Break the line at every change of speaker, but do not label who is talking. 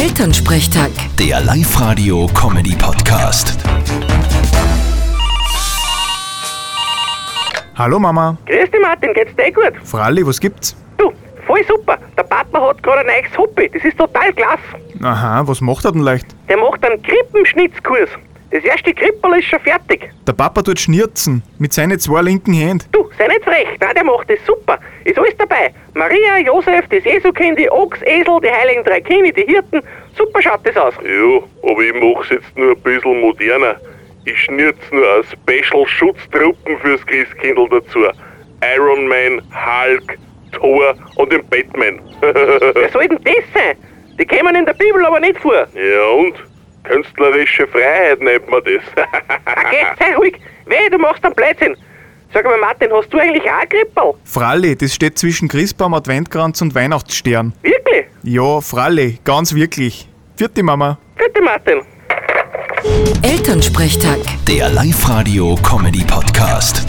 Elternsprechtag.
Der Live-Radio-Comedy-Podcast.
Hallo Mama.
Grüß dich Martin, geht's dir eh gut?
Fralli, was gibt's?
Du, voll super. Der Partner hat gerade ein neues Hobby. Das ist total klasse.
Aha, was macht er denn leicht?
Der macht einen Krippenschnitzkurs. Das erste Krippel ist schon fertig.
Der Papa tut schnirzen. Mit seinen zwei linken Händen.
Du, sei nicht frech. Nein, der macht das super. Ist alles dabei. Maria, Josef, das Jesukind, die Ochs, Esel, die heiligen drei Kinder, die Hirten. Super schaut das aus.
Ja, aber ich mach's jetzt nur ein bisschen moderner. Ich schnürz nur eine Special Schutztruppen fürs Christkindl dazu. Iron Man, Hulk, Thor und den Batman.
Wer soll denn das sein? Die kommen in der Bibel aber nicht vor.
ja und? Künstlerische Freiheit nennt man das.
Okay, sei ruhig. Weh, du machst einen Blödsinn. Sag mal Martin, hast du eigentlich auch einen Krippel?
Fralli, das steht zwischen Christbaum, Adventkranz und Weihnachtsstern.
Wirklich?
Ja, Fralli, ganz wirklich. Vierte Mama.
Bitte Martin.
Elternsprechtag.
Der Live-Radio-Comedy-Podcast.